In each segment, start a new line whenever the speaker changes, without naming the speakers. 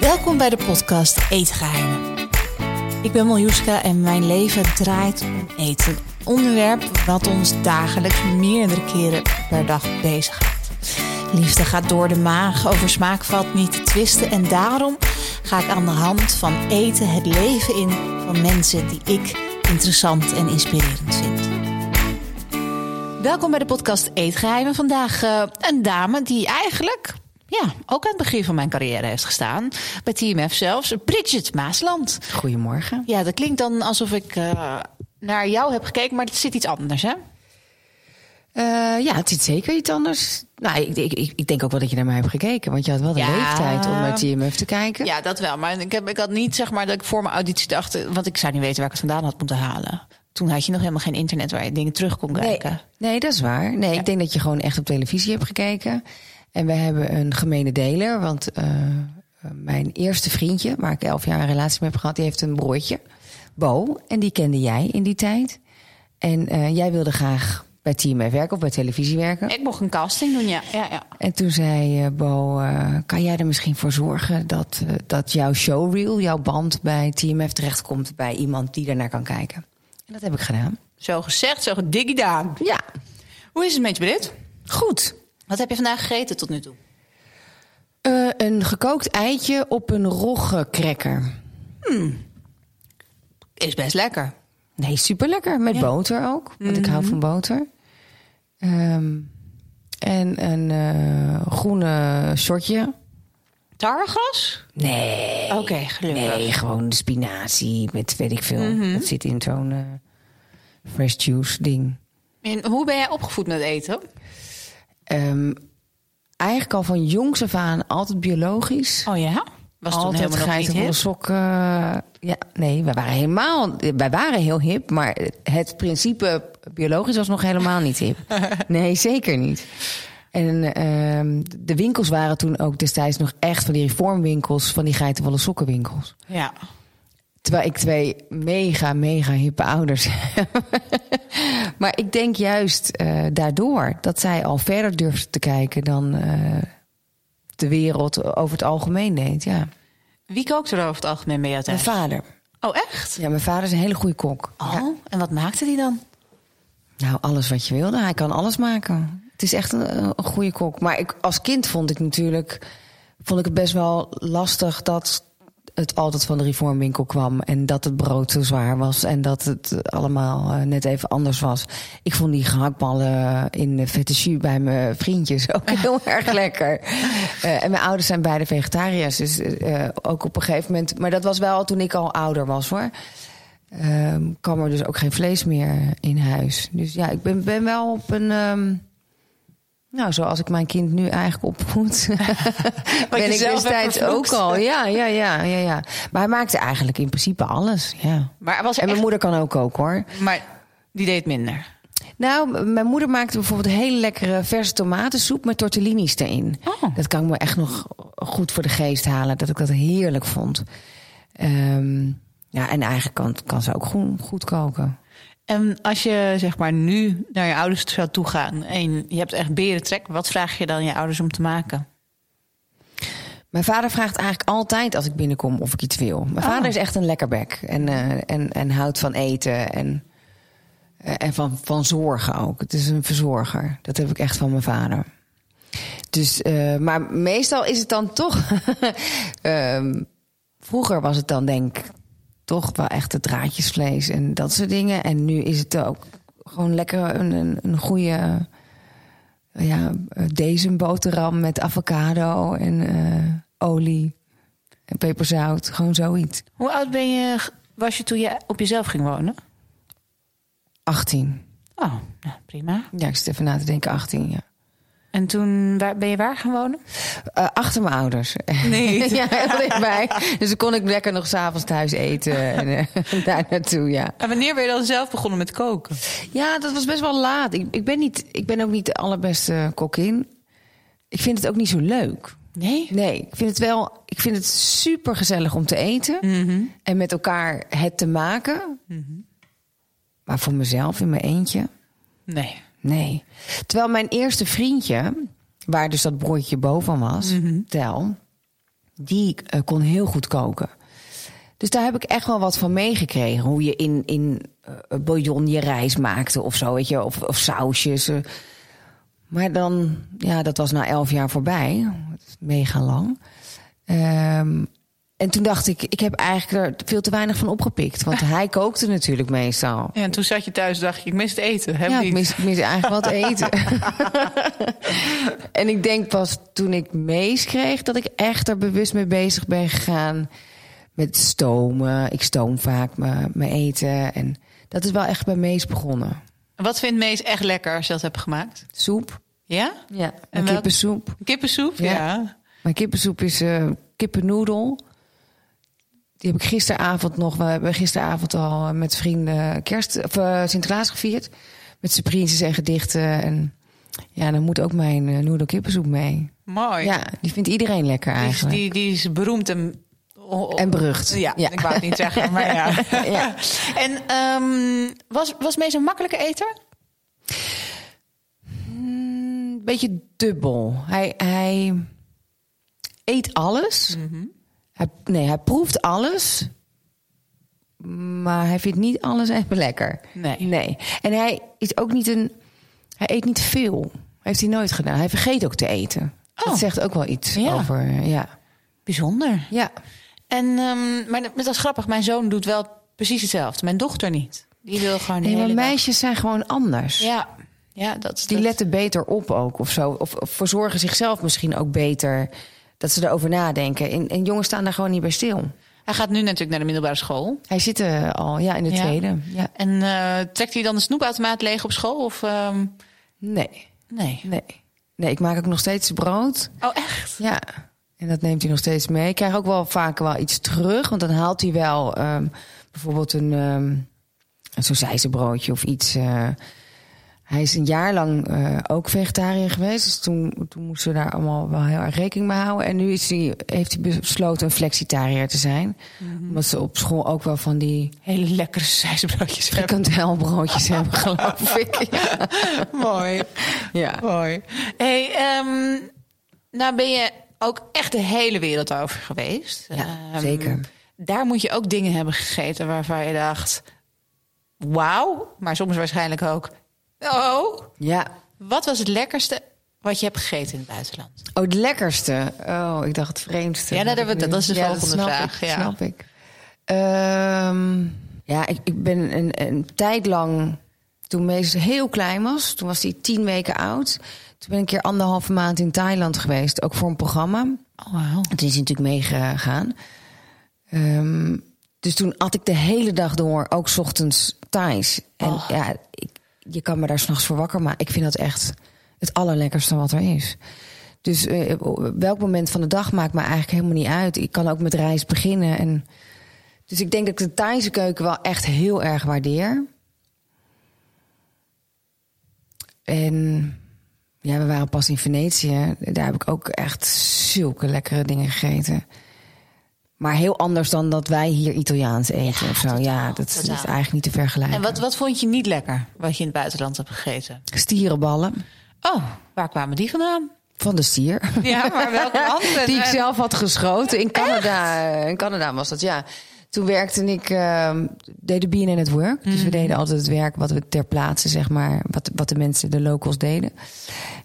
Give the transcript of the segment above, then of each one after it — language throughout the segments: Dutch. Welkom bij de podcast Eetgeheimen. Ik ben Miljuska en mijn leven draait om eten. Een onderwerp wat ons dagelijks meerdere keren per dag bezighoudt. Liefde gaat door de maag, over smaak valt niet te twisten. En daarom ga ik aan de hand van eten het leven in van mensen die ik interessant en inspirerend vind. Welkom bij de podcast Eetgeheimen. Vandaag eh, een dame die eigenlijk ja, ook aan het begin van mijn carrière heeft gestaan. Bij TMF zelfs, Bridget Maasland.
Goedemorgen.
Ja, dat klinkt dan alsof ik eh, naar jou heb gekeken, maar het zit iets anders, hè?
Eh, ja, het is zeker iets anders. Nou, ik, ik, ik, ik denk ook wel dat je naar mij hebt gekeken. Want je had wel de
Ja.
leeftijd om naar TMF te kijken.
Ja, dat wel. Maar ik, heb, ik had niet, zeg maar, dat ik voor mijn auditie dacht... eh, want ik zou niet weten waar ik het vandaan had moeten halen. Toen had je nog helemaal geen internet waar je dingen terug kon
nee,
kijken.
nee, dat is waar. Nee, ik denk dat je gewoon echt op televisie hebt gekeken. En we hebben een gemene deler. Want eh, mijn eerste vriendje, waar ik elf jaar een relatie mee heb gehad... die heeft een broertje, Bo. En die kende jij in die tijd. En eh, jij wilde graag bij TMF werken of bij televisie werken.
Ik mocht een casting doen, ja. ja, ja.
En toen zei eh, Bo, eh, kan jij er misschien voor zorgen dat, eh, dat jouw showreel, jouw band bij TMF terechtkomt bij iemand die daarnaar kan kijken? En dat heb ik gedaan.
Zo gezegd, zo gedaan.
Ja,
Hoe is het met je, Brit?
goed.
Wat heb je vandaag gegeten tot nu toe?
Eh, een gekookt eitje op een roggecracker.
Is best lekker.
Nee, superlekker. Met boter ook, want ik hou van boter. Ehm, en een eh, groene shortje.
Tarwegas?
Nee.
Oké, gelukkig.
Nee, gewoon de spinazie met weet ik veel. Dat zit in zo'n eh, fresh juice ding.
En hoe ben jij opgevoed met eten?
Ehm, eigenlijk al van jongs af aan altijd biologisch.
Oh ja? Was toen
altijd
helemaal nog niet
geitenwolle
hip?
sokken. Ja, nee, wij waren helemaal, wij waren heel hip, maar het principe biologisch was nog helemaal niet hip. Nee, zeker niet. En ehm, de winkels waren toen ook destijds nog echt van die reformwinkels, van die geitenwolle sokkenwinkels.
Ja.
Terwijl ik twee mega, mega hippe ouders heb. maar ik denk juist eh, daardoor dat zij al verder durfde te kijken dan eh, de wereld over het algemeen deed. Ja.
Wie kookt er over het algemeen bij jou
Mijn
thuis?
vader.
Oh, echt?
Ja, mijn vader is een hele goede kok.
Oh,
Ja.
en wat maakte die dan?
Nou, alles wat je wilde. Hij kan alles maken. Het is echt een, een goede kok. Maar ik, als kind vond ik natuurlijk vond ik het best wel lastig dat het altijd van de reformwinkel kwam. En dat het brood te zwaar was. En dat het allemaal eh, net even anders was. Ik vond die gehaktballen in de feta jus bij mijn vriendjes ook heel erg lekker. Eh, en mijn ouders zijn beide vegetariërs. Dus eh, ook op een gegeven moment. Maar dat was wel toen ik al ouder was hoor. Ehm kwam er dus ook geen vlees meer in huis. Dus ja, ik ben, ben wel op een. ehm, nou, zoals ik mijn kind nu eigenlijk opvoed. ben
je
ik
zelf hebt
destijds ook
vervloekt.
al. Ja, ja, ja, ja, ja. Maar hij maakte eigenlijk in principe alles. Ja.
Maar, was
En
echt...
mijn moeder kan ook ook hoor.
maar die deed minder.
Nou, m- mijn moeder maakte bijvoorbeeld een hele lekkere verse tomatensoep met tortellinis erin.
Oh.
Dat kan ik me echt nog goed voor de geest halen, dat ik dat heerlijk vond. Ehm, ja, en eigenlijk kan, kan ze ook goed, goed koken.
En als je zeg maar nu naar je ouders zou toegaan en je hebt echt beren trek, wat vraag je dan je ouders om te maken?
Mijn vader vraagt eigenlijk altijd als ik binnenkom of ik iets wil. Mijn vader is echt een lekkerbek en, eh, en, en houdt van eten en, eh, en van, van zorgen ook. Het is een verzorger. Dat heb ik echt van mijn vader. Dus, eh, maar meestal is het dan toch. ehm, vroeger was het dan denk ik toch wel echt het draadjesvlees en dat soort dingen. En nu is het ook gewoon lekker een, een, een goede Eh, ja, deze boterham met avocado en eh, olie en peperzout. Gewoon zoiets.
Hoe oud ben je, was je toen je op jezelf ging wonen?
18.
Oh, nou, prima.
Ja, ik zit even na te denken, 18, ja.
En toen waar, ben je waar gaan wonen?
Eh, achter mijn ouders.
Nee.
ja, heel dichtbij. Dus dan kon ik lekker nog s'avonds thuis eten en eh, daar naartoe, ja.
En wanneer ben je dan zelf begonnen met koken?
Ja, dat was best wel laat. Ik, ik, ben, niet, ik ben ook niet de allerbeste kokin. Ik vind het ook niet zo leuk.
Nee.
Nee, ik vind het wel. Ik vind het super gezellig om te eten
Mhm.
en met elkaar het te maken. Maar voor mezelf in mijn eentje,
Nee.
nee. Terwijl mijn eerste vriendje, waar dus dat broodje boven was, Tel, die eh, kon heel goed koken. Dus daar heb ik echt wel wat van meegekregen. Hoe je in, in eh, bouillon je rijst maakte of zo, weet je, of, of sausjes. eh. Maar dan, ja, dat was na elf jaar voorbij. Dat is mega lang. Ehm, en toen dacht ik, ik heb eigenlijk er veel te weinig van opgepikt. Want hij kookte natuurlijk meestal.
Ja, en toen zat je thuis en dacht je, ik mis het eten. Heb
ja,
niet.
ik mis, ik mis eigenlijk wat eten. en ik denk pas toen ik mees kreeg dat ik echt er bewust mee bezig ben gegaan met stomen. Ik stoom vaak mijn mijn eten. En dat is wel echt bij mees begonnen.
Wat vindt Mees echt lekker als je dat hebt gemaakt?
Soep.
Ja?
Ja.
En
Mijn
welk-
kippensoep.
Kippensoep? Ja.
Ja. Mijn kippensoep is eh kippennoedel. Die heb ik gisteravond nog. We hebben gisteravond al eh, met vrienden kerst, of, eh, Sinterklaas gevierd. Met surprises en gedichten. En ja, dan moet ook mijn eh, noedel kippensoep mee.
Mooi.
Ja, die vindt iedereen lekker
die, is,
eigenlijk.
die, die is beroemd en... o- o-
En berucht.
Ja, ik wou het niet zeggen, maar ja.
ja.
En ehm, was, was Mees een makkelijke eter?
Een Mm, beetje dubbel. Hij, hij eet alles.
Mhm.
Hij, nee, hij proeft alles. Maar hij vindt niet alles echt lekker.
Nee.
nee. En hij is ook niet een. Hij eet niet veel. Heeft hij nooit gedaan. Hij vergeet ook te eten.
Oh.
Dat zegt ook wel iets
Ja.
over. Ja.
Bijzonder.
ja.
En, ehm, maar dat, dat is grappig, mijn zoon doet wel precies hetzelfde. Mijn dochter niet. Die wil gewoon de
Nee, maar
hele dag-
meisjes zijn gewoon anders.
Ja, ja dat,
Die
dat-
letten beter op ook of zo. Of, of verzorgen zichzelf misschien ook beter. Dat ze erover nadenken. En, en jongens staan daar gewoon niet bij stil.
Hij gaat nu natuurlijk naar de middelbare school.
Hij zit eh, al ja, in de
Ja.
tweede. Ja.
En eh, trekt hij dan de snoepautomaat leeg op school? Of, ehm,
Nee,
nee.
nee. Nee, ik maak ook nog steeds brood.
Oh, echt?
Ja. En dat neemt hij nog steeds mee. Ik krijg ook wel vaak wel iets terug. Want dan haalt hij wel ehm, bijvoorbeeld een, ehm zo'n zijzenbroodje of iets. eh. hij is een jaar lang eh, ook vegetariër geweest. Dus toen, toen moesten we daar allemaal wel heel erg rekening mee houden. En nu is hij, heeft hij besloten een flexitariër te zijn. Omdat ze op school ook wel van die
Hele lekkere zijsbroodjes.
frikandelbroodjes hebben, geloof ik. Ja.
Mooi.
ja.
Mooi. Hey, ehm, nou ben je ook echt de hele wereld over geweest.
Ja,
Ehm,
zeker.
Daar moet je ook dingen hebben gegeten waarvan je dacht... Wauw, maar soms waarschijnlijk ook... Oh,
Ja.
wat was het lekkerste wat je hebt gegeten in het buitenland?
Oh, het lekkerste. Oh, ik dacht het vreemdste.
Ja, nou, dat-
ik nu-
dat is de
Ja,
volgende
snap
vraag,
Ik,
ja.
Snap ik. Ehm, ja, ik, ik ben een, een tijd lang, toen Mees heel klein was, toen was hij tien weken oud. Toen ben ik een keer anderhalve maand in Thailand geweest, ook voor een programma.
Oh, wauw.
En toen is hij natuurlijk meegegaan. Ehm, dus toen at ik de hele dag door, ook 's ochtends Thais. En
Oh.
ja, ik, je kan me daar s'nachts voor wakker maken. Ik vind dat echt het allerlekkerste wat er is. Dus eh, welk moment van de dag maakt me eigenlijk helemaal niet uit. Ik kan ook met rijst beginnen. En... Dus ik denk dat ik de Thaise keuken wel echt heel erg waardeer. En ja, we waren pas in Venetië. Daar heb ik ook echt zulke lekkere dingen gegeten. Maar heel anders dan dat wij hier Italiaans eten of zo. ja, dat is
totaal.
eigenlijk niet te vergelijken.
En wat, wat vond je niet lekker wat je in het buitenland hebt gegeten?
Stierenballen
Oh, waar kwamen die vandaan?
van de stier.
Ja, maar welke andere?
Die ik zelf had geschoten in Canada. eh, In Canada was dat, ja. Toen werkte ik, ehm deden BNN het work. Dus we deden altijd het werk wat we ter plaatse, zeg maar, wat, wat de mensen, de locals deden.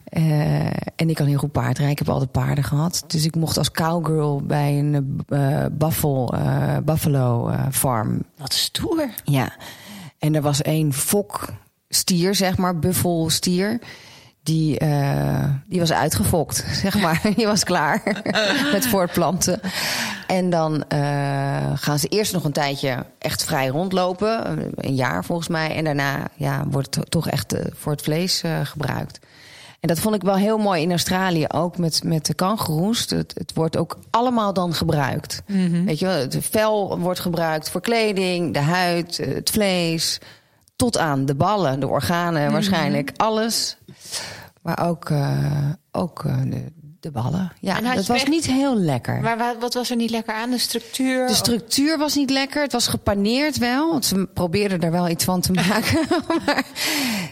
Eh, en ik kan heel goed paardrijden. Ik heb altijd paarden gehad. Dus ik mocht als cowgirl bij een eh, buffel, eh, buffalo eh, farm
Wat stoer.
ja. En er was één fokstier, zeg maar, buffelstier. Die, eh, die was uitgefokt, zeg maar. Die was klaar met voortplanten. En dan eh, gaan ze eerst nog een tijdje echt vrij rondlopen. Een- Een jaar volgens mij. En daarna ja, wordt het toch echt eh, voor het vlees eh, gebruikt. En dat vond ik wel heel mooi in Australië. Ook met, met de kangoeroes. Het, het wordt ook allemaal dan gebruikt.
Mhm.
Weet je wel, het vel wordt gebruikt voor kleding, de huid, eh, het vlees. Tot aan de ballen, de organen
Mhm.
waarschijnlijk. Alles. Maar ook, eh, ook eh, de, de ballen. Ja,
En had je
dat was
echt-
niet heel lekker.
Maar wa- wat was er niet lekker aan? De structuur?
De structuur was niet lekker. Het was gepaneerd wel. Want ze probeerden er wel iets van te maken. maar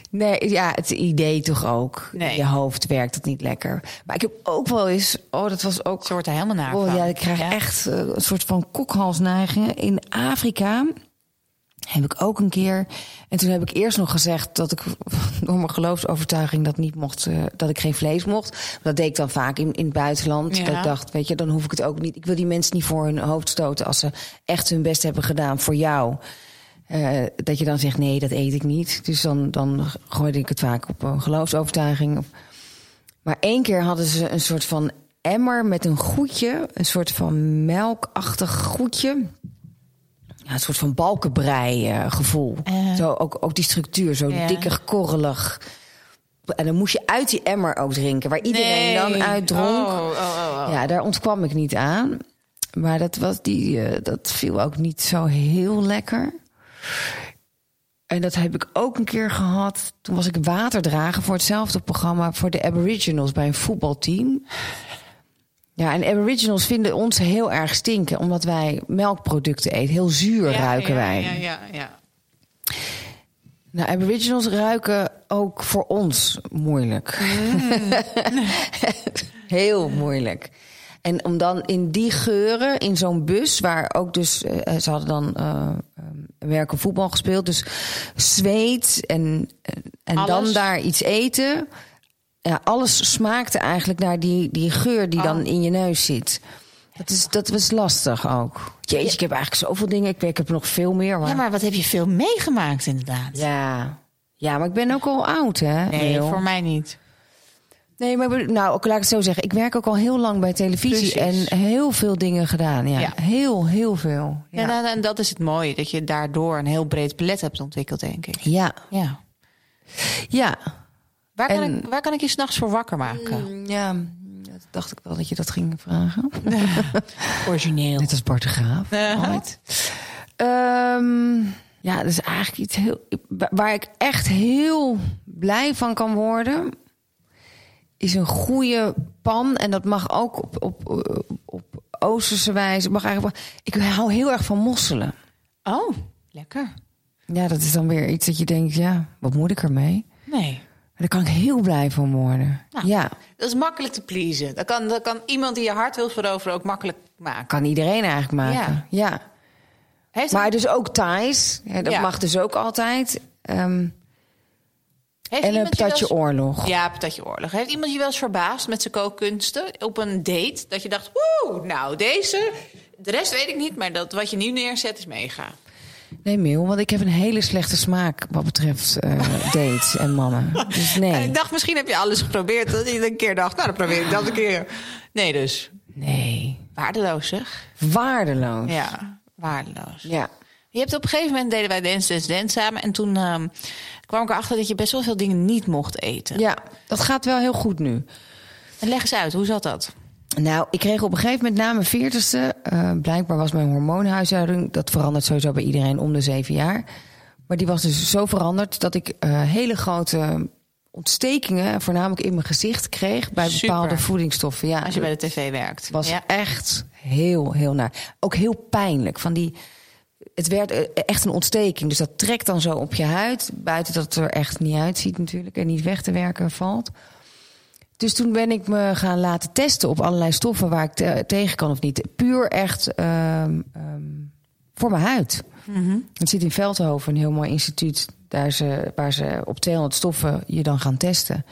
Nee, ja, het idee toch ook.
Nee.
Je hoofd werkt het niet lekker. Maar ik heb ook wel eens... Oh, dat was ook...
Ze wordt er helemaal naar
Oh,
van.
ja, ik krijg echt eh, een soort van kokhalsneigingen. In Afrika heb ik ook een keer... En toen heb ik eerst nog gezegd dat ik door mijn geloofsovertuiging dat niet mocht... eh, dat ik geen vlees mocht. Dat deed ik dan vaak in, in het buitenland.
Ja.
Dat ik dacht, weet je, dan hoef ik het ook niet... Ik wil die mensen niet voor hun hoofd stoten als ze echt hun best hebben gedaan voor jou. Eh, dat je dan zegt, nee, dat eet ik niet. Dus dan, dan gooide ik het vaak op een geloofsovertuiging. Op, maar één keer hadden ze een soort van emmer met een goedje. Een soort van melkachtig goedje. Ja, een soort van balkenbrei eh, gevoel.
Eh.
Zo, ook, ook die structuur, zo
Ja.
dikker, korrelig. En dan moest je uit die emmer ook drinken, waar iedereen dan uit dronk.
Oh, oh, oh, oh.
Ja, daar ontkwam ik niet aan. Maar dat, was die, eh, dat viel ook niet zo heel lekker. En dat heb ik ook een keer gehad. Toen was ik waterdrager voor hetzelfde programma voor de Aboriginals bij een voetbalteam. Ja, en Aboriginals vinden ons heel erg stinken, omdat wij melkproducten eten. Heel zuur
Ja,
ruiken
ja,
wij.
Ja, ja, ja.
Nou, Aboriginals ruiken ook voor ons moeilijk. Heel moeilijk. En om dan in die geuren, in zo'n bus, waar ook dus, eh, ze hadden dan eh, eh, werken voetbal gespeeld, dus zweet en, en- en dan
Alles.
daar iets eten. Ja, alles smaakte eigenlijk naar die, die geur die dan in je neus zit. Dat, is, dat was lastig ook. Jeetje, ik heb eigenlijk zoveel dingen. Ik, weet, ik heb nog veel meer.
Ja, maar wat heb je veel meegemaakt inderdaad?
Ja. Ja, maar ik ben ook al oud, hè?
Nee,
Leo?
voor mij niet.
nee maar ik bedoel- nou, ook, laat ik het zo zeggen. Ik werk ook al heel lang bij televisie
Precies.
en heel veel dingen gedaan. Ja.
Ja.
Heel, heel veel.
Ja.
Ja.
nou, en dat is het mooie, dat je daardoor een heel breed palet hebt ontwikkeld, denk ik.
ja.
Ja.
ja.
Waar, kan,
En-
ik, waar kan ik je s'nachts voor wakker maken?
Mm, Ja, dat dacht ik wel dat je dat ging vragen.
Origineel.
Net als Bart de Graaf. Ooit. Ehm, ja, dat is eigenlijk iets heel. wa- Waar ik echt heel blij van kan worden. Is een goede pan. En dat mag ook op, op, op, op Oosterse wijze. Het Mag eigenlijk, wel- ik hou heel erg van mosselen.
Oh, lekker.
Ja, dat is dan weer iets dat je denkt: ja, wat moet ik ermee?
Nee.
Maar daar kan ik heel blij van worden.
Nou.
Ja,
Dat is makkelijk te pleasen. Dat kan, dat kan iemand die je hart wil veroveren ook makkelijk maken.
kan iedereen eigenlijk maken. ja.
Heeft,
Maar dus ook Thais. Hè, dat
Ja.
mag dus ook altijd. Ehm,
heeft
en een
iemand je wel
patatje
eens-
oorlog.
Ja, patatje oorlog. Heeft iemand je wel eens verbaasd met zijn kookkunsten op een date? Dat je dacht, woe, nou deze... De rest weet ik niet, maar dat wat je nu neerzet is mega.
Nee, Mil, want ik heb een hele slechte smaak wat betreft eh, dates en mannen. Dus
En
nee.
ik dacht, misschien heb je alles geprobeerd. Dat je een keer dacht, nou dan probeer ik dat een keer. Nee dus,
Nee.
waardeloos zeg.
Waardeloos.
Ja, waardeloos.
Ja.
Je hebt op een gegeven moment deden wij Dance Dance Dance samen. En toen ehm, kwam ik erachter dat je best wel veel dingen niet mocht eten.
Ja, dat gaat wel heel goed nu.
En Leg eens uit, hoe zat dat?
Nou, ik kreeg op een gegeven moment na mijn veertigste... eh blijkbaar was mijn hormoonhuishouding... dat verandert sowieso bij iedereen om de zeven jaar. Maar die was dus zo veranderd dat ik eh, hele grote ontstekingen... voornamelijk in mijn gezicht kreeg bij
Super.
bepaalde voedingsstoffen. Ja,
Als je bij de tv werkt.
was
ja.
echt heel, heel naar. Ook heel pijnlijk. Van die, het werd eh, echt een ontsteking. Dus dat trekt dan zo op je huid. Buiten dat het er echt niet uitziet natuurlijk. En niet weg te werken valt. Dus toen ben ik me gaan laten testen op allerlei stoffen waar ik te- tegen kan of niet. Puur echt ehm, ehm, voor mijn huid. Het zit in Veldhoven, een heel mooi instituut. Daar ze, waar ze op 200 stoffen je dan gaan testen.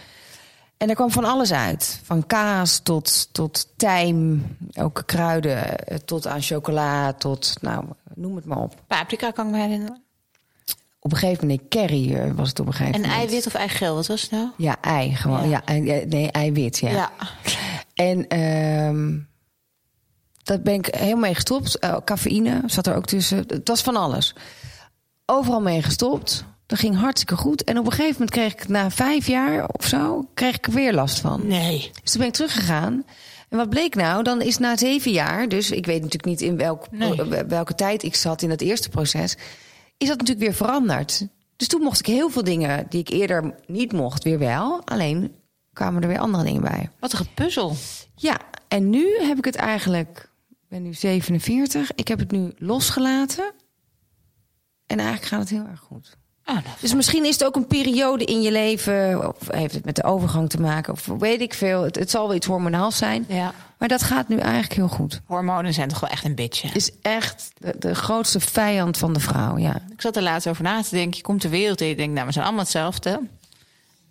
En daar kwam van alles uit. Van kaas tot, tot tijm, ook kruiden, eh, tot aan chocola, tot nou, noem het maar op.
Paprika kan ik me herinneren.
Op een gegeven moment, nee, curry eh, was het op een gegeven
En
moment.
eiwit of eigeel, wat was het nou?
Ja, ei gewoon. Ja.
Ja.
ei- eh, nee, eiwit, ja. En ehm dat ben ik helemaal mee gestopt. Eh, cafeïne zat er ook tussen. Het was van alles. Overal mee gestopt. Dat ging hartstikke goed. En op een gegeven moment kreeg ik na vijf jaar of zo... kreeg ik er weer last van.
Nee.
Dus toen ben ik teruggegaan. En wat bleek nou? Dan is na zeven jaar, dus ik weet natuurlijk niet in welk, eh, welke tijd ik zat in dat eerste proces, is dat natuurlijk weer veranderd. Dus toen mocht ik heel veel dingen die ik eerder niet mocht, weer wel. Alleen kwamen er weer andere dingen bij.
Wat een gepuzzel.
Ja, en nu heb ik het eigenlijk, ik ben nu 47, ik heb het nu losgelaten. En eigenlijk gaat het heel erg goed.
Ah, nou,
Dus misschien is het ook een periode in je leven, of heeft het met de overgang te maken, of weet ik veel. Het, het zal wel iets hormonaals zijn.
ja.
Maar dat gaat nu eigenlijk heel goed.
Hormonen zijn toch wel echt een bitje.
Is echt de, de grootste vijand van de vrouw, ja.
Ik zat er laatst over na te denken. Je komt de wereld in, je denkt, nou, we zijn allemaal hetzelfde.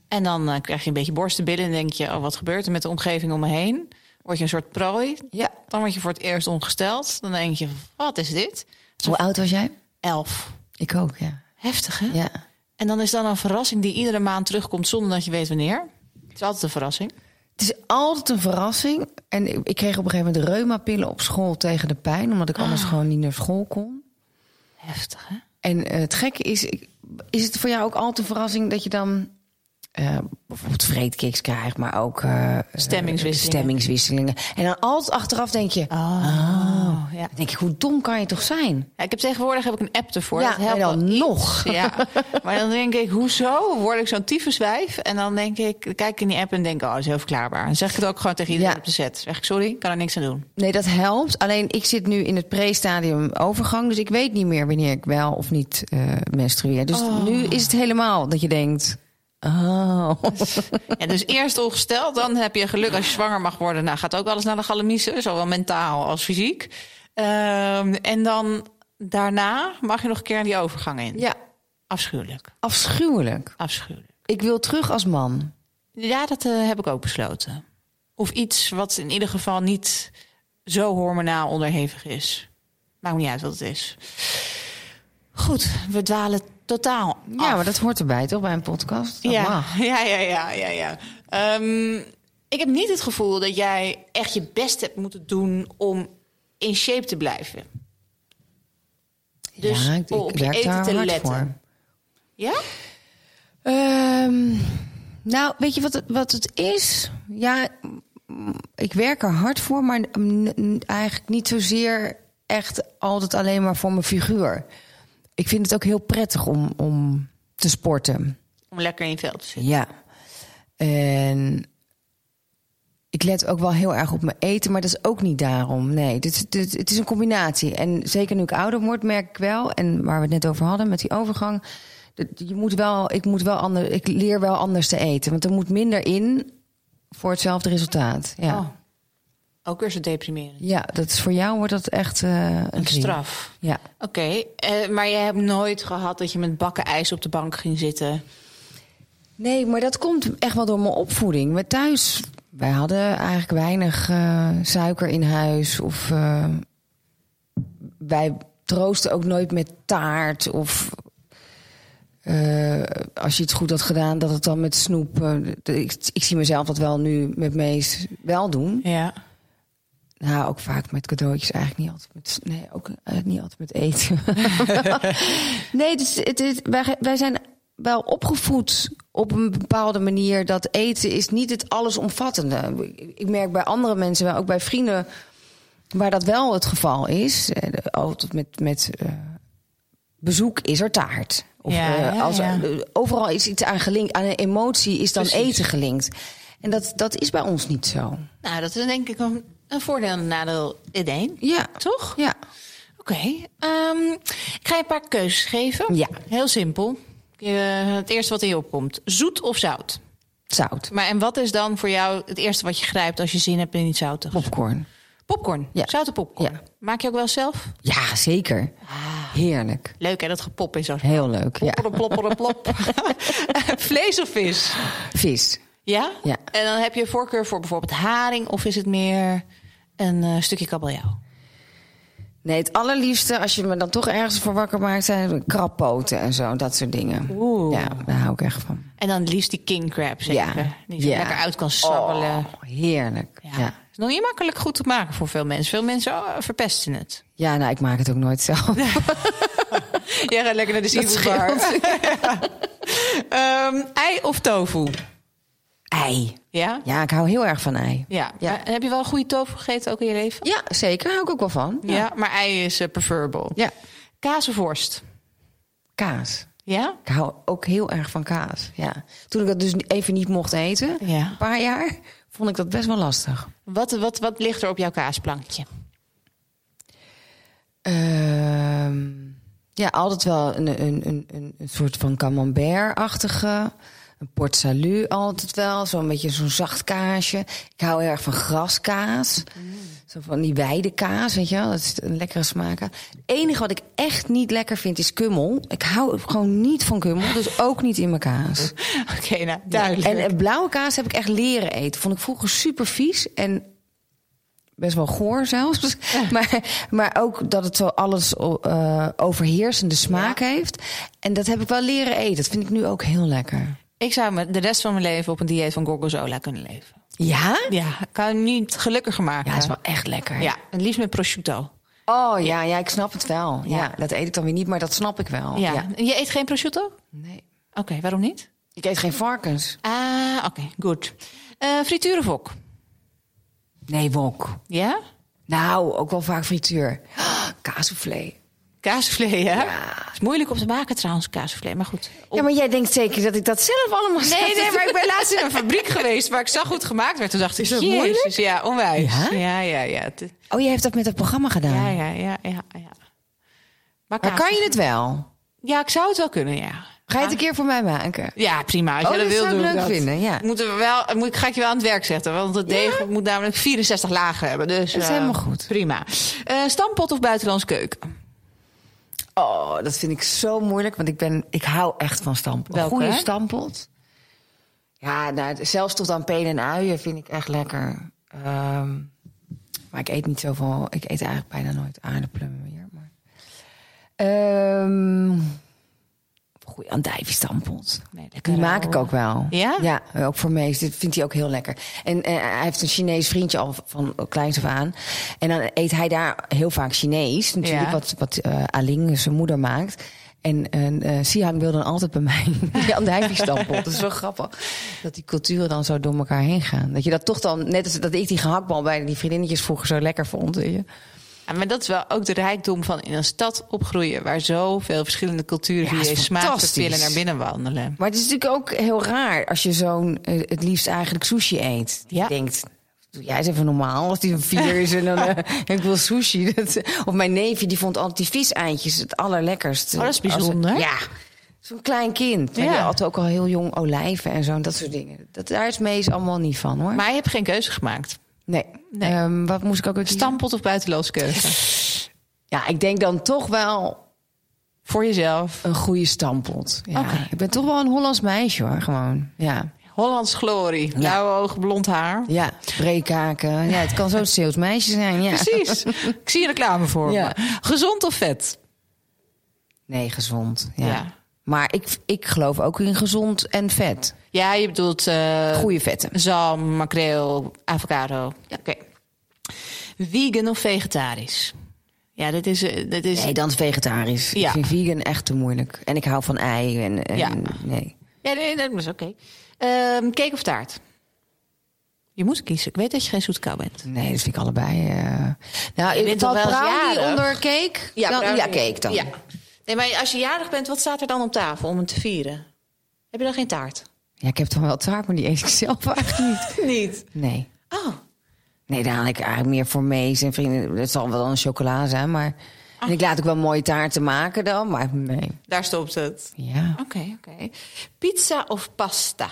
En dan eh, krijg je een beetje borsten billen en denk je, oh, wat gebeurt er met de omgeving om me heen? Word je een soort prooi.
Ja.
Dan word je voor het eerst ongesteld. Dan denk je, wat is dit?
Hoe oud was jij?
Elf.
Ik ook, ja.
Heftig, hè?
ja.
En dan is dan een verrassing die iedere maand terugkomt zonder dat je weet wanneer. Het is altijd een verrassing.
Het is altijd een verrassing. En ik, ik kreeg op een gegeven moment reumapillen op school tegen de pijn, omdat ik anders gewoon niet naar school kon.
Heftig, hè?
En eh, het gekke is, ik- is het voor jou ook altijd een verrassing dat je dan eh, bijvoorbeeld vreedkiks krijgt, maar ook eh,
Stemmingswisselingen.
stemmingswisselingen. En dan altijd achteraf denk je,
Oh, ja.
dan denk je, hoe dom kan je toch zijn?
Ja, Ik heb tegenwoordig heb ik een app ervoor.
ja,
dat helpt
en dan
wel.
nog.
Ja, maar dan denk ik, hoezo word ik zo'n tyfuswijf? En dan denk ik, dan kijk ik in die app en denk, oh, dat is heel verklaarbaar. Dan zeg ik het ook gewoon tegen iedereen
Ja.
op de set. Zeg ik, sorry, ik kan er niks aan doen.
Nee, dat helpt. Alleen ik zit nu in het pre-stadium overgang, dus ik weet niet meer wanneer ik wel of niet eh menstrueer. Dus
Oh.
nu is het helemaal dat je denkt, oh,
Ja, dus eerst ongesteld, dan heb je geluk als je zwanger mag worden. Nou, gaat ook alles naar de galamiezen, zowel mentaal als fysiek. Ehm, en dan daarna mag je nog een keer die overgang in.
ja,
Afschuwelijk,
afschuwelijk.
afschuwelijk.
Ik wil terug als man.
Ja, dat eh, heb ik ook besloten. Of iets wat in ieder geval niet zo hormonaal onderhevig is. Maakt niet uit wat het is. Goed, we dwalen totaal.
Ja,
af.
maar dat hoort erbij toch bij een podcast? Dat
ja.
mag.
ja, ja, ja, ja, ja. Ehm, ik heb niet het gevoel dat jij echt je best hebt moeten doen om in shape te blijven. Dus
ja, ik, ik
op je
werk
eten
daar
te
hard
letten.
voor.
Ja?
Ehm, nou, weet je wat het, wat het is? Ja, mm, ik werk er hard voor, maar mm, n- eigenlijk niet zozeer echt altijd alleen maar voor mijn figuur. Ik vind het ook heel prettig om, om te sporten.
Om lekker in je vel te zitten.
Ja. En ik let ook wel heel erg op mijn eten, maar dat is ook niet daarom. Nee, dit, dit, het is een combinatie. En zeker nu ik ouder word, merk ik wel, en waar we het net over hadden met die overgang. dat Je moet wel, ik, moet wel ander, ik leer wel anders te eten, want er moet minder in voor hetzelfde resultaat. Ja,
Oh. Ook weer zo deprimerend.
ja dat is voor jou wordt dat echt eh, een,
Een
drie.
straf.
Ja.
Oké, eh, maar je hebt nooit gehad dat je met bakken ijs op de bank ging zitten.
Nee, maar dat komt echt wel door mijn opvoeding. Maar thuis, wij hadden eigenlijk weinig eh, suiker in huis. Of eh, wij troosten ook nooit met taart. Of eh, als je iets goed had gedaan, dat het dan met snoep. eh, d- ik, ik zie mezelf dat wel nu met mees wel doen.
Ja.
Nou, ook vaak met cadeautjes. Eigenlijk niet altijd met, nee, ook eh, niet altijd met eten. nee, dus het, is- wij, ge- wij zijn wel opgevoed op een bepaalde manier... dat eten is niet het allesomvattende. Ik- Ik merk bij andere mensen, wel, ook bij vrienden... waar dat wel het geval is. eh, de- Altijd met, met eh, bezoek is er taart. Of,
Ja,
eh,
ja,
als, er-
ja.
eh, Overal is iets aan gelinkt. Aan een emotie is dan
Precies.
eten gelinkt. En dat, dat is bij ons niet zo.
Nou, dat is denk ik een, een voordeel en een nadeel in één.
Ja,
Toch?
ja.
Oké. ehm, ik ga je een paar keuzes geven.
Ja.
Heel simpel. Je- eh, het eerste wat in je opkomt. Zoet of zout?
Zout.
Maar en wat is dan voor jou het eerste wat je grijpt als je zin hebt in iets zoutigs?
Popcorn.
Popcorn.
Ja.
Zoute popcorn.
Ja.
Maak je ook wel zelf?
Ja, zeker. Heerlijk.
Leuk hè, dat gepop is. Als...
Heel leuk. Ja.
Plop, plop, plop, plop. Vlees of vis?
Vis.
Ja?
Ja.
En dan heb je voorkeur voor bijvoorbeeld haring of is het meer een eh, stukje kabeljauw?
Nee, het allerliefste, als je me dan toch ergens voor wakker maakt, zijn krabpoten en zo. Dat soort dingen.
Oeh.
Ja, daar hou ik echt van.
En dan het liefst die king crab, zeker.
Ja.
Die zo
Ja.
lekker uit kan sabbelen.
Oh, heerlijk.
Ja.
Ja. ja.
Is nog niet makkelijk goed te maken voor veel mensen. Veel mensen oh, verpesten het.
nou, ik maak het ook nooit zelf.
Jij gaat lekker naar de
seafoodbar.
Ehm, ei of tofu?
Ei.
Ja?
Ja, ik hou heel erg van ei.
Ja.
Ja.
Maar heb je wel goede tofu gegeten ook in je leven?
Ja, zeker. Hou ik ook wel van.
Ja. Maar ei is eh, preferable.
Ja.
Kaas of worst?
Kaas.
Ja?
Ik hou ook heel erg van kaas. Ja. Toen ik dat dus even niet mocht eten,
Ja.
een paar jaar, vond ik dat best wel lastig.
Wat, wat, wat ligt er op jouw kaasplankje?
Ehm, Ja, altijd wel een, een, een, een, een soort van camembert-achtige. Een port salut altijd wel. Zo'n beetje zo'n zacht kaasje. Ik hou erg van graskaas. Zo van die wijde kaas, weet je wel. Dat is een lekkere smaak. aan. Het enige wat ik echt niet lekker vind is kummel. Ik hou gewoon niet van kummel. Dus ook niet in mijn kaas.
Oké, nou, duidelijk.
En, eh, blauwe kaas heb ik echt leren eten. Vond ik vroeger super vies en best wel goor zelfs. Maar, maar ook dat het zo alles eh, overheersende smaak heeft. En dat heb ik wel leren eten. Dat vind ik nu ook heel lekker.
Ik zou me- de rest van mijn leven op een dieet van gorgonzola kunnen leven.
Ja?
Ja, ik kan nu het gelukkiger maken.
Ja, dat is wel echt lekker.
Ja, en liefst met prosciutto.
Oh ja, ja, ik snap het wel. Ja.
Ja.
dat eet ik dan weer niet, maar dat snap ik wel.
ja. En Je eet geen prosciutto? Oké,
Oh, Nee.
waarom niet?
Ik eet geen varkens.
Ah, oké, goed. Eh friturenvok.
Nee, wok.
Ja?
Nou, ook wel vaak frituur. Ah, Kaassoufflé.
Kaasvlee, hè? Is moeilijk om te maken trouwens, kaasvlee. Maar goed.
Ja, maar jij denkt zeker dat ik dat zelf allemaal
Nee,
zelf
nee, maar ik ben laatst in een fabriek geweest waar ik zag hoe het gemaakt werd. Toen dacht ik, is
dat moeilijk?
Ja, onwijs.
Ja?
ja, ja. Ja, Het-
Oh, je hebt dat met het programma gedaan.
ja, ja, ja. ja, ja. Maar,
Maar
kaas-
kan je het wel?
Ja, ik zou het wel kunnen, ja.
Ga je het een keer voor mij maken?
Ja, prima. Als
Oh,
jij dat
dat
wil
zou ik
doen,
leuk
dat.
vinden, ja.
Moeten we wel, moet, ik- ga ik je wel aan het werk zetten. Want het deeg moet namelijk 64 lagen hebben. Dus,
Dat is
eh,
helemaal goed.
Prima. Eh stampot of buitenlands keuken?
Oh, dat vind ik zo moeilijk, want ik, ben, ik hou echt van stampot. Een
Welke?
goede stampot. Ja, nou, zelfs tot aan pelen en uien vind ik echt lekker. Ehm, maar ik eet niet zoveel. Ik eet eigenlijk bijna nooit aardappelen meer. Maar. Ehm goede andijvie-stampot.
Nee, lekker
Die maak
rauw.
ik ook wel.
Ja?
Ja, eh, ook voor Mees. Dit vindt hij ook heel lekker. En eh, hij heeft een Chinees vriendje al van kleins af aan. En dan eet hij daar heel vaak Chinees. Natuurlijk,
Ja.
wat, wat eh, Aling, zijn moeder, maakt. En eh eh, Sihang wil dan altijd bij mij Jan Dijfje-stampot. Dat is wel grappig. Dat die culturen dan zo door elkaar heen gaan. Dat je dat toch dan, net als dat ik die gehaktbal bij die vriendinnetjes vroeger zo lekker vond. Weet je?
Ja, maar dat is wel ook de rijkdom van in een stad opgroeien... waar zoveel verschillende
Ja,
culturen
is
via je smaakpapillen
fantastisch.
naar binnen wandelen.
Maar het is natuurlijk ook heel raar als je zo'n eh, het liefst eigenlijk sushi eet. Die
Ja.
denkt, doe jij is even normaal als die een vier is en dan eh, ik wil sushi. Dat, of mijn neefje die vond altijd die viseindjes het allerlekkerst.
Oh, dat is
Als-
bijzonder.
ja. Zo'n klein kind. Maar
Ja.
die had ook al heel jong olijven en zo en dat soort dingen. Dat, daar is Mees allemaal niet van hoor.
Maar je hebt geen keuze gemaakt.
nee.
Nee.
Ehm, wat moest ik ook weer kiezen?
Stampot of buitenlands keuken?
Ja, ik denk dan toch wel
Voor jezelf.
een goede stampot. Ja.
Oké.
Ik ben toch wel een Hollands meisje hoor, gewoon. Ja.
Hollands glorie. Blauwe ogen, blond haar.
Ja, breekaken. Ja, het kan zo'n Zeeuws meisje zijn. Ja.
Precies. Ik zie een reclame voor
Ja.
me. Gezond of vet?
Nee, gezond. Ja.
Ja.
Maar ik, ik geloof ook in gezond en vet.
Ja, je bedoelt... eh,
Goede vetten.
Zalm, makreel, avocado. Oké. Vegan of vegetarisch? Ja, dit is... eh, Dit is
Nee, dan is vegetarisch.
Ja.
Ik vind vegan echt te moeilijk. En ik hou van ei. En, en-
Ja.
Nee.
Ja, nee, dat is oké. Ehm, cake of taart? Je moet kiezen. Ik weet dat je geen zoetkouw bent.
nee, dat vind ik allebei. eh Nou, ik
bent toch
valt
wel eens
brownie
jarig?
onder cake? dan, ja cake dan.
Nou, Ja. Nee, maar als je jarig bent, wat staat er dan op tafel om het te vieren? Heb je dan geen taart?
Ja, ik heb dan wel taart, maar die eet ik zelf eigenlijk niet.
Niet.
Nee.
Oh,
Nee, dan haal ik eigenlijk meer voor mees en vrienden. Het zal wel een chocola zijn, maar... En ik laat ook wel mooie taarten maken dan, maar nee.
daar stopt het.
Ja.
Oké, oké. Pizza of pasta?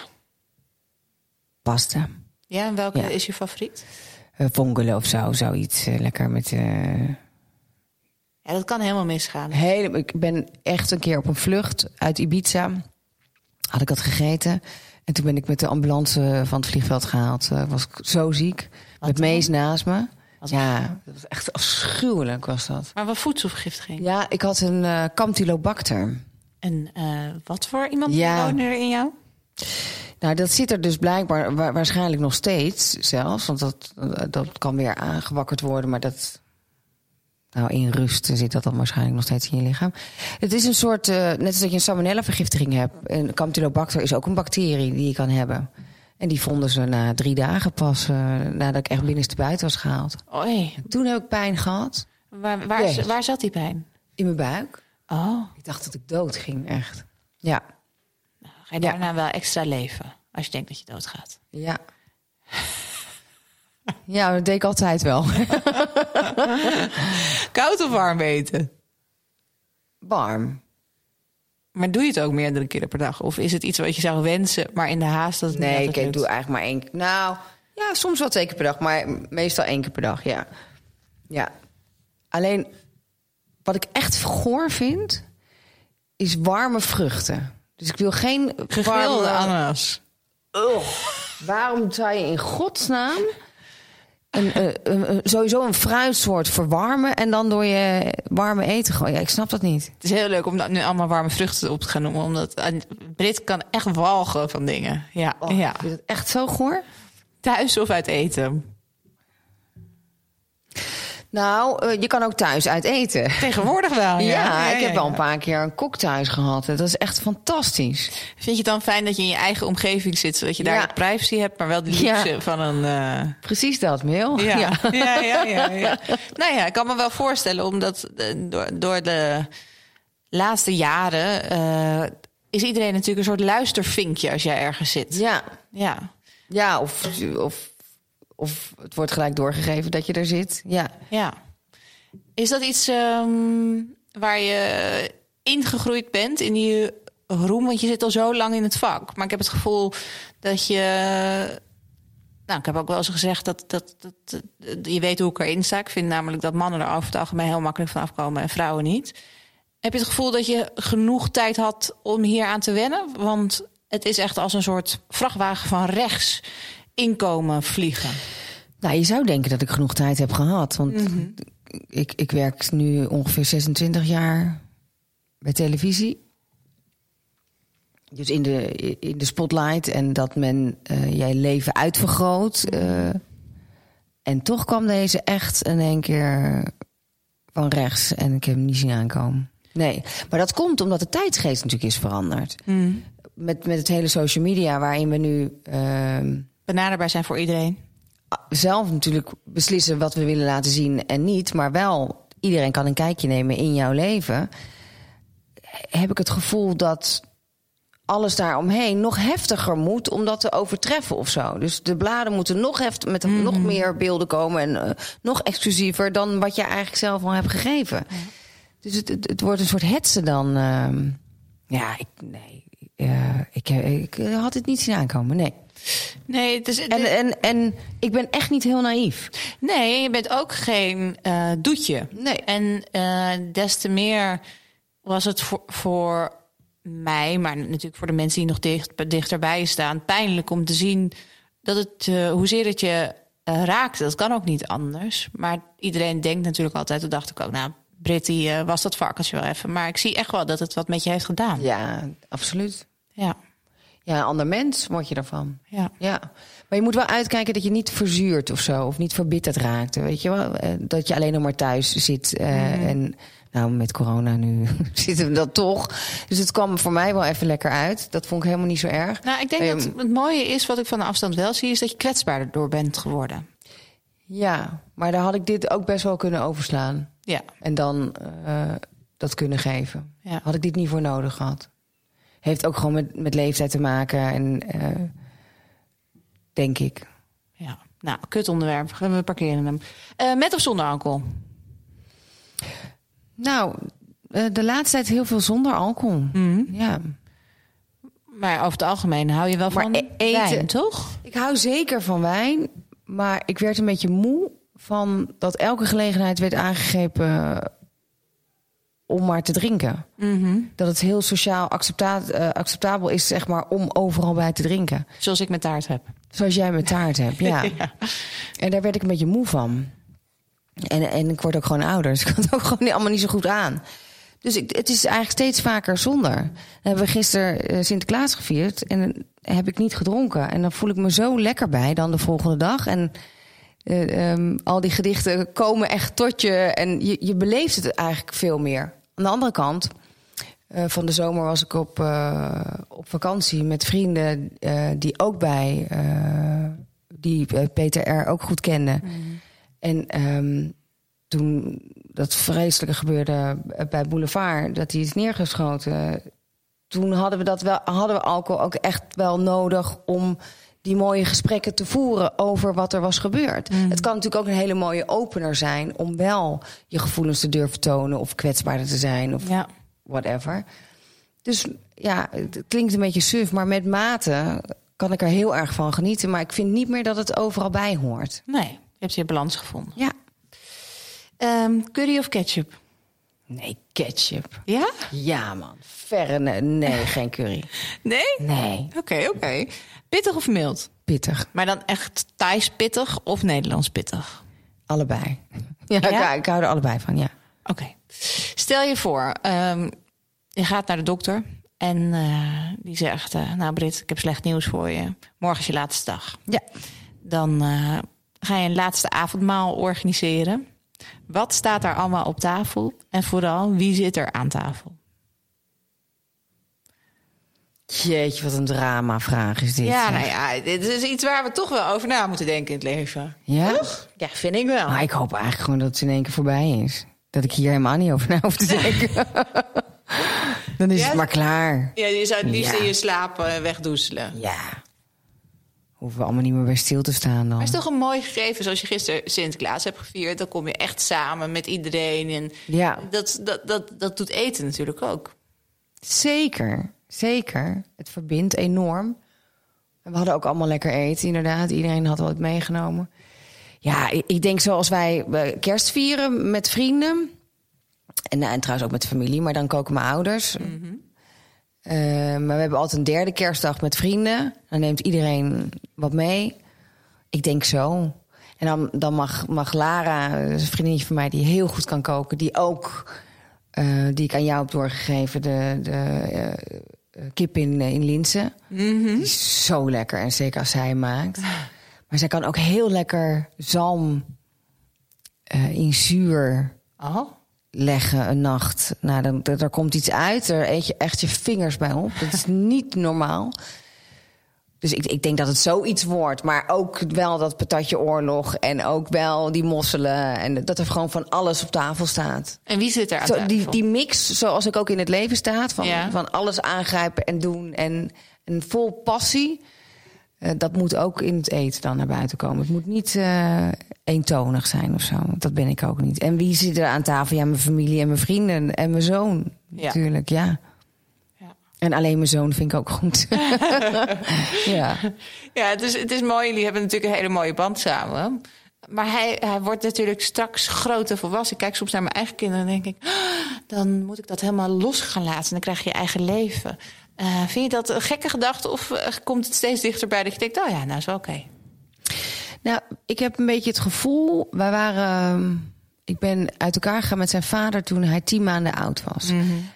Pasta.
Ja, en welke
Ja.
is je favoriet?
eh vongelen of zo, zoiets. eh, lekker met... eh,
Ja, dat kan helemaal misgaan.
hele, ik ben echt een keer op een vlucht uit Ibiza. Had ik dat gegeten. En toen ben ik met de ambulance van het vliegveld gehaald. Eh, was ik zo ziek. met Mees naast me. Ja, dat was echt afschuwelijk was dat.
Maar wat voedselvergiftiging.
Ja, ik had een eh Campylobacter.
En eh, wat voor iemand
Ja.
woonde er in jou?
Nou, dat zit er dus blijkbaar wa- waarschijnlijk nog steeds zelfs. Want dat, dat kan weer aangewakkerd worden, maar dat. Nou, in rust zit dat dan waarschijnlijk nog steeds in je lichaam. Het is een soort, eh, net als dat je een salmonella-vergiftiging hebt. Een Campylobacter is ook een bacterie die je kan hebben. En die vonden ze na drie dagen pas, eh, nadat ik echt binnenstebuiten was gehaald.
Oei,
Toen heb ik pijn gehad
waar, waar,
Jezus.
waar zat die pijn?
in mijn buik.
Oh,
Ik dacht dat ik dood ging, echt. Ja,
ga je
Ja.
daarna wel extra leven als je denkt dat je doodgaat?
ja. Ja, dat deed ik altijd wel.
Koud of warm eten?
warm.
Maar doe je het ook meerdere keren per dag? Of is het iets wat je zou wensen, maar in de haast dat het niet
Nee, ik
altijd
doe
lukt?
eigenlijk maar één keer. Nou, ja, soms wel twee keer per dag, maar meestal één keer per dag, ja. Ja. Alleen, wat ik echt goor vind, is warme vruchten. Dus ik wil geen
Gegrilde
warme...
ananas.
Waarom zou je in godsnaam een, eh, een- een- sowieso een fruitsoort verwarmen... en dan door je warme eten gooien? Ja, ik snap dat niet.
Het is heel leuk om dat nu allemaal warme vruchten op te gaan noemen. Omdat een Brit kan echt walgen van dingen. Ja,
Oh,
ja.
Vind je dat echt zo goor?
Thuis of uit eten.
Nou, eh, je kan ook thuis uit eten.
Tegenwoordig wel. Ah, Ja,
Ja, ik heb
ja,
wel
ja.
een paar keer een kok thuis gehad. Dat is echt fantastisch.
Vind je het dan fijn dat je in je eigen omgeving zit, zodat je daar
Ja.
de privacy hebt, maar wel de
Ja.
luxe van een. eh,
Precies dat, Mil.
Ja. Ja. Ja, ja, ja, Nou ja, ik kan me wel voorstellen, omdat eh, door, door de laatste jaren eh, is iedereen natuurlijk een soort luistervinkje als jij ergens zit.
Ja,
Ja.
ja of, of, of het wordt gelijk doorgegeven dat je er zit. Ja.
ja. Is dat iets ehm, waar je ingegroeid bent in die roem? Want je zit al zo lang in het vak. Maar ik heb het gevoel dat je. Nou, ik heb ook wel eens gezegd dat, dat, dat, dat- je weet hoe ik erin sta. Ik vind namelijk dat mannen er over het algemeen heel makkelijk van afkomen en vrouwen niet. Heb je het gevoel dat je genoeg tijd had om hier aan te wennen? Want het is echt als een soort vrachtwagen van rechts inkomen vliegen.
Nou, je zou denken dat ik genoeg tijd heb gehad. Want ik, ik werk nu ongeveer 26 jaar bij televisie. Dus in de, in de spotlight en dat men eh, jij leven uitvergroot. eh. en toch kwam deze echt in één keer van rechts. En ik heb hem niet zien aankomen. Nee, maar dat komt omdat de tijdsgeest natuurlijk is veranderd.
Hmm.
Met, met het hele social media waarin we nu... ehm,
Benaderbaar zijn voor iedereen.
zelf natuurlijk beslissen wat we willen laten zien en niet. Maar wel, iedereen kan een kijkje nemen in jouw leven. Heb ik het gevoel dat alles daaromheen nog heftiger moet om dat te overtreffen of zo. Dus de bladen moeten nog heft met nog meer beelden komen en eh, nog exclusiever dan wat je eigenlijk zelf al hebt gegeven. Dus het, het, het wordt een soort hetsen dan. ehm, ja, ik, nee, eh, ik, ik had het niet zien aankomen. Nee.
Nee, het is,
En, en, en ik ben echt niet heel naïef.
nee, je bent ook geen eh, doetje.
Nee.
En eh, des te meer was het voor, voor mij, maar natuurlijk voor de mensen die nog dicht, dichterbij staan, pijnlijk om te zien dat het, eh, hoezeer het je eh, raakte. Dat kan ook niet anders. Maar iedereen denkt natuurlijk altijd, dat dacht ik ook, nou, Brit, die eh, was dat varkensje wel even. Maar ik zie echt wel dat het wat met je heeft gedaan.
Ja, absoluut.
ja.
Ja, een ander mens word je daarvan.
ja.
Ja. Maar je moet wel uitkijken dat je niet verzuurt of zo. Of niet verbitterd raakt. Weet je wel? Eh, Dat je alleen nog maar thuis zit. eh, En nou, met corona nu zitten we dat toch. Dus het kwam voor mij wel even lekker uit. Dat vond ik helemaal niet zo erg.
Nou, ik denk
Ehm,
dat het mooie is, wat ik van de afstand wel zie, is dat je kwetsbaarder door bent geworden.
Ja, maar daar had ik dit ook best wel kunnen overslaan.
Ja.
En dan eh, dat kunnen geven.
Ja.
Had ik dit niet voor nodig gehad. Heeft ook gewoon met, met leeftijd te maken. En eh, denk ik.
Ja, nou, kut onderwerp. We parkeren hem. Eh, met of zonder alcohol?
Nou, eh, de laatste tijd heel veel zonder alcohol.
Mhm.
Ja.
Maar over het algemeen hou je wel
Maar
van
e- eten-
wijn, toch?
Ik hou zeker van wijn. Maar ik werd een beetje moe van dat elke gelegenheid werd aangegrepen om maar te drinken.
Mhm.
Dat het heel sociaal accepta- eh, acceptabel is, zeg maar, om overal bij te drinken.
Zoals ik met taart heb.
Zoals jij met taart hebt, ja. En daar werd ik een beetje moe van. En, en ik word ook gewoon ouder, dus ik kan het ook gewoon niet- allemaal niet zo goed aan. Dus ik, het is eigenlijk steeds vaker zonder. Dan hebben we gisteren eh, Sinterklaas gevierd en dan heb ik niet gedronken. En dan voel ik me zo lekker bij dan de volgende dag. En eh, ehm, al die gedichten komen echt tot je en je, je beleeft het eigenlijk veel meer. Aan de andere kant, eh, van de zomer was ik op, eh, op vakantie met vrienden eh, die ook bij eh, die eh, Peter R. ook goed kenden.
Mhm.
En ehm, toen dat vreselijke gebeurde eh, bij Boulevard, dat hij is neergeschoten. Toen hadden we, dat wel, hadden we alcohol ook echt wel nodig om die mooie gesprekken te voeren over wat er was gebeurd. Het kan natuurlijk ook een hele mooie opener zijn om wel je gevoelens te durven tonen of kwetsbaarder te zijn. Of
Ja.
whatever. Dus ja, het klinkt een beetje suf, maar met mate kan ik er heel erg van genieten. Maar ik vind niet meer dat het overal bij hoort.
Nee, je hebt je balans gevonden.
Ja.
Ehm, curry of ketchup?
Nee, ketchup.
Ja?
Ja, man. Verre ne- nee, geen curry.
Nee?
Nee.
Oké, oké. Pittig of mild?
Pittig.
Maar dan echt Thais pittig of Nederlands pittig?
Allebei. Ja,
Ja?
Ik, ik hou er allebei van, ja.
Oké. Stel je voor, ehm, je gaat naar de dokter en eh, die zegt... eh, nou Brit, ik heb slecht nieuws voor je. Morgen is je laatste dag.
Ja.
Dan eh, ga je een laatste avondmaal organiseren. Wat staat daar allemaal op tafel? En vooral, wie zit er aan tafel?
Jeetje, wat een drama-vraag is dit.
Ja,
zeg.
nou ja, dit is iets waar we toch wel over na moeten denken in het leven.
Ja?
Ja, vind ik wel.
Maar ik hoop eigenlijk gewoon dat het in één keer voorbij is. Dat ik hier helemaal niet over na hoef te denken. Dan is
Ja?
het maar klaar.
Ja, je zou het liefst
Ja.
in je slaap eh, wegdoezelen.
Ja. Hoeven we allemaal niet meer bij stil te staan dan.
Maar het is toch een mooi gegeven, zoals je gisteren Sinterklaas hebt gevierd. Dan kom je echt samen met iedereen. En
Ja,
dat, dat, dat, dat doet eten natuurlijk ook.
zeker. Zeker. Het verbindt enorm. En we hadden ook allemaal lekker eten, inderdaad. Iedereen had wat meegenomen. Ja, ik, ik denk zoals wij eh, kerst vieren met vrienden. En, nou, en trouwens ook met familie, maar dan koken mijn ouders. Eh, maar we hebben altijd een derde kerstdag met vrienden. Dan neemt iedereen wat mee. Ik denk zo. En dan, dan mag, mag Lara, dat is een vriendinnetje van mij die heel goed kan koken, die ook, eh, die ik aan jou heb doorgegeven, de, de eh, eh, kip in, eh, in linzen. Die is zo lekker, en zeker als zij hem maakt. Maar zij kan ook heel lekker zalm eh, in zuur
Oh.
leggen een nacht. Nou, dan, dan- daar komt iets uit, daar eet je echt je vingers bij op. Dat is niet normaal. Dus ik, ik denk dat het zoiets wordt. Maar ook wel dat patatje oorlog en ook wel die mosselen. En dat er gewoon van alles op tafel staat.
En wie zit er aan
Zo,
tafel?
die, die mix, zoals ik ook in het leven staat, van,
Ja.
van alles aangrijpen en doen en, en vol passie. eh, dat moet ook in het eten dan naar buiten komen. Het moet niet eh, eentonig zijn of zo. want Dat ben ik ook niet. En wie zit er aan tafel? Ja, mijn familie en mijn vrienden en mijn zoon.
Ja.
Natuurlijk, ja.
Ja.
En alleen mijn zoon vind ik ook goed. ja.
Ja, het is, het is mooi. Jullie hebben natuurlijk een hele mooie band samen. Maar hij, hij wordt natuurlijk straks groot en volwassen. Ik kijk soms naar mijn eigen kinderen en denk ik... "Ah, dan moet ik dat helemaal los gaan laten. En dan krijg je je eigen leven. Eh, vind je dat een gekke gedachte? Of eh, komt het steeds dichterbij dat je denkt... oh ja, nou is wel oké.
Nou, ik heb een beetje het gevoel. Wij waren. ehm, Ik ben uit elkaar gegaan met zijn vader toen hij tien maanden oud was.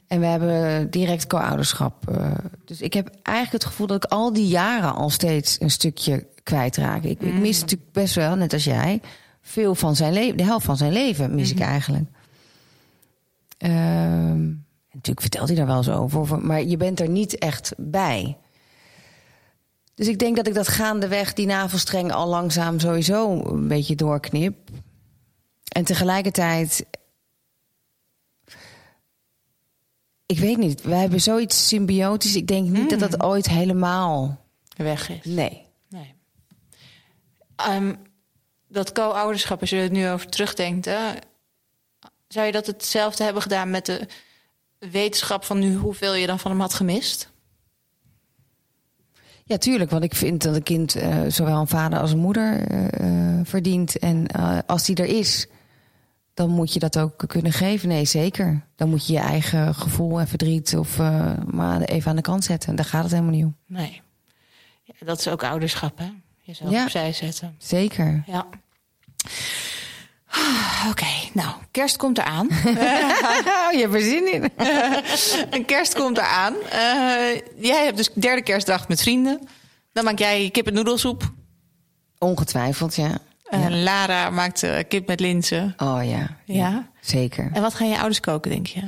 En we hebben direct co-ouderschap. eh, dus ik heb eigenlijk het gevoel dat ik al die jaren al steeds een stukje kwijtraak. Ik, ik mis natuurlijk best wel, net als jij, veel van zijn leven. De helft van zijn leven mis ik eigenlijk. Ehm, natuurlijk vertelt hij daar wel eens over, of- maar je bent er niet echt bij. Dus ik denk dat ik dat gaandeweg, die navelstreng, al langzaam sowieso een beetje doorknip. En tegelijkertijd. Ik weet niet, wij hebben zoiets symbiotisch. Ik denk niet dat dat ooit helemaal.
Weg is.
Nee.
Nee. Ehm, dat co-ouderschap, als je er nu over terugdenkt, hè, zou je dat hetzelfde hebben gedaan met de wetenschap van nu hoeveel je dan van hem had gemist?
Ja, tuurlijk, want ik vind dat een kind eh, zowel een vader als een moeder eh, eh, verdient. En eh, als die er is, dan moet je dat ook kunnen geven. Nee, zeker. Dan moet je je eigen gevoel en verdriet of, eh, maar even aan de kant zetten. Daar gaat het helemaal niet om.
Nee. Ja, dat is ook ouderschap, hè? Jezelf
Ja.
opzij zetten.
Zeker.
Ja. Ah, Oké, nou, kerst komt eraan.
Oh, je hebt er zin in.
Een kerst komt eraan. Eh, jij hebt dus derde kerstdag met vrienden. Dan maak jij kip en noedelsoep.
Ongetwijfeld, ja.
Eh, Lara maakt eh, kip met linzen.
Oh ja.
Ja.
Zeker.
En wat gaan je ouders koken, denk je?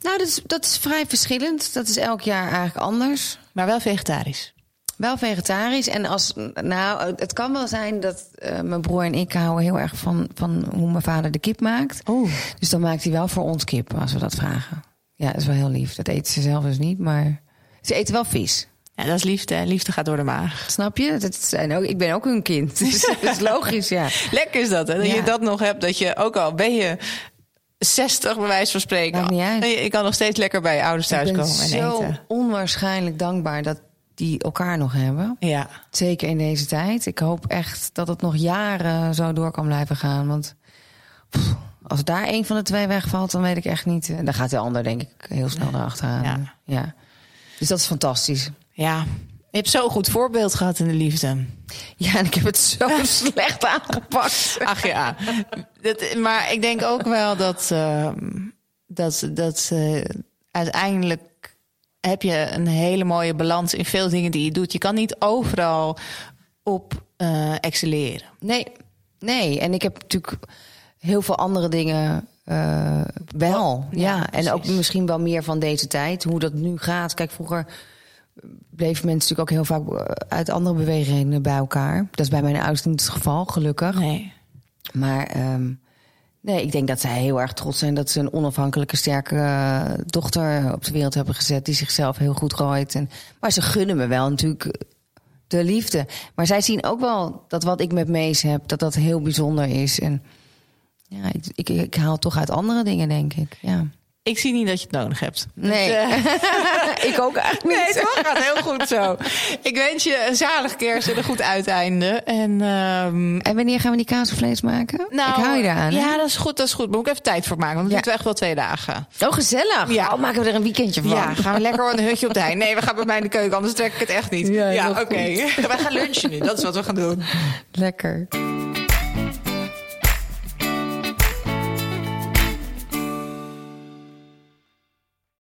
Nou, dat is, dat is vrij verschillend. Dat is elk jaar eigenlijk anders.
Maar wel vegetarisch.
Wel vegetarisch. En als, nou, het kan wel zijn dat eh, mijn broer en ik houden heel erg van, van hoe mijn vader de kip maakt.
Oh.
Dus dan maakt hij wel voor ons kip als we dat vragen. Ja, dat is wel heel lief. Dat eten ze zelf dus niet, maar ze eten wel vis.
Ja, dat is liefde. hè. Liefde gaat door de maag.
Snap je? Dat zijn ook, ik ben ook hun kind. Dus dat is logisch, ja.
Lekker is dat, hè? Dat
Ja.
je dat nog hebt. Dat je, ook al ben je 60 bij wijze van spreken.
Maakt niet uit.
Nee, Ik kan nog steeds lekker bij je ouders thuis
ik ben
komen en
zo
eten.
onwaarschijnlijk dankbaar dat die elkaar nog hebben.
Ja.
Zeker in deze tijd. Ik hoop echt dat het nog jaren zo door kan blijven gaan. Want pff, als daar een van de twee wegvalt, dan weet ik echt niet. En dan gaat de ander, denk ik, heel snel erachteraan.
Ja.
ja. Dus dat is fantastisch.
ja. Je hebt zo'n goed voorbeeld gehad in de liefde.
Ja, en ik heb het zo slecht aangepakt.
Ach ja. Dat, maar ik denk ook wel dat, eh, dat, dat eh, uiteindelijk heb je een hele mooie balans in veel dingen die je doet. Je kan niet overal op eh, excelleren.
Nee, nee. En ik heb natuurlijk heel veel andere dingen eh, wel.
ja,
ja, en ook
precies.
misschien wel meer van deze tijd. Hoe dat nu gaat. Kijk, vroeger bleven mensen natuurlijk ook heel vaak eh, uit andere bewegingen bij elkaar. Dat is bij mijn ouders niet het geval, gelukkig.
Nee.
Maar ehm, nee, ik denk dat zij heel erg trots zijn dat ze een onafhankelijke, sterke eh, dochter op de wereld hebben gezet. Die zichzelf heel goed gooit. En, maar ze gunnen me wel natuurlijk de liefde. Maar zij zien ook wel dat wat ik met Mees heb, dat dat heel bijzonder is. En ja, ik, ik, ik haal het toch uit andere dingen, denk ik. Ja.
Ik zie niet dat je het nodig hebt.
Nee, ik ook eigenlijk niet.
Nee, toch? Gaat heel goed zo. Ik wens je een zalig kerst en een goed uiteinde. En, ehm,
En wanneer gaan we die kaasvlees maken?
nou,
ik hou je eraan. hè?
Ja, dat is goed, dat is goed. Moet ik even tijd voor maken, want het
Ja.
duurt echt wel twee dagen.
Oh, gezellig.
Ja.
Oh, maken we er een weekendje van.
Ja, gaan we lekker een hutje op de hei. Nee, we gaan bij mij in de keuken, anders trek ik het echt niet. Ja,
Ja, heel
oké. Wij gaan lunchen nu, dat is wat we gaan doen.
Lekker.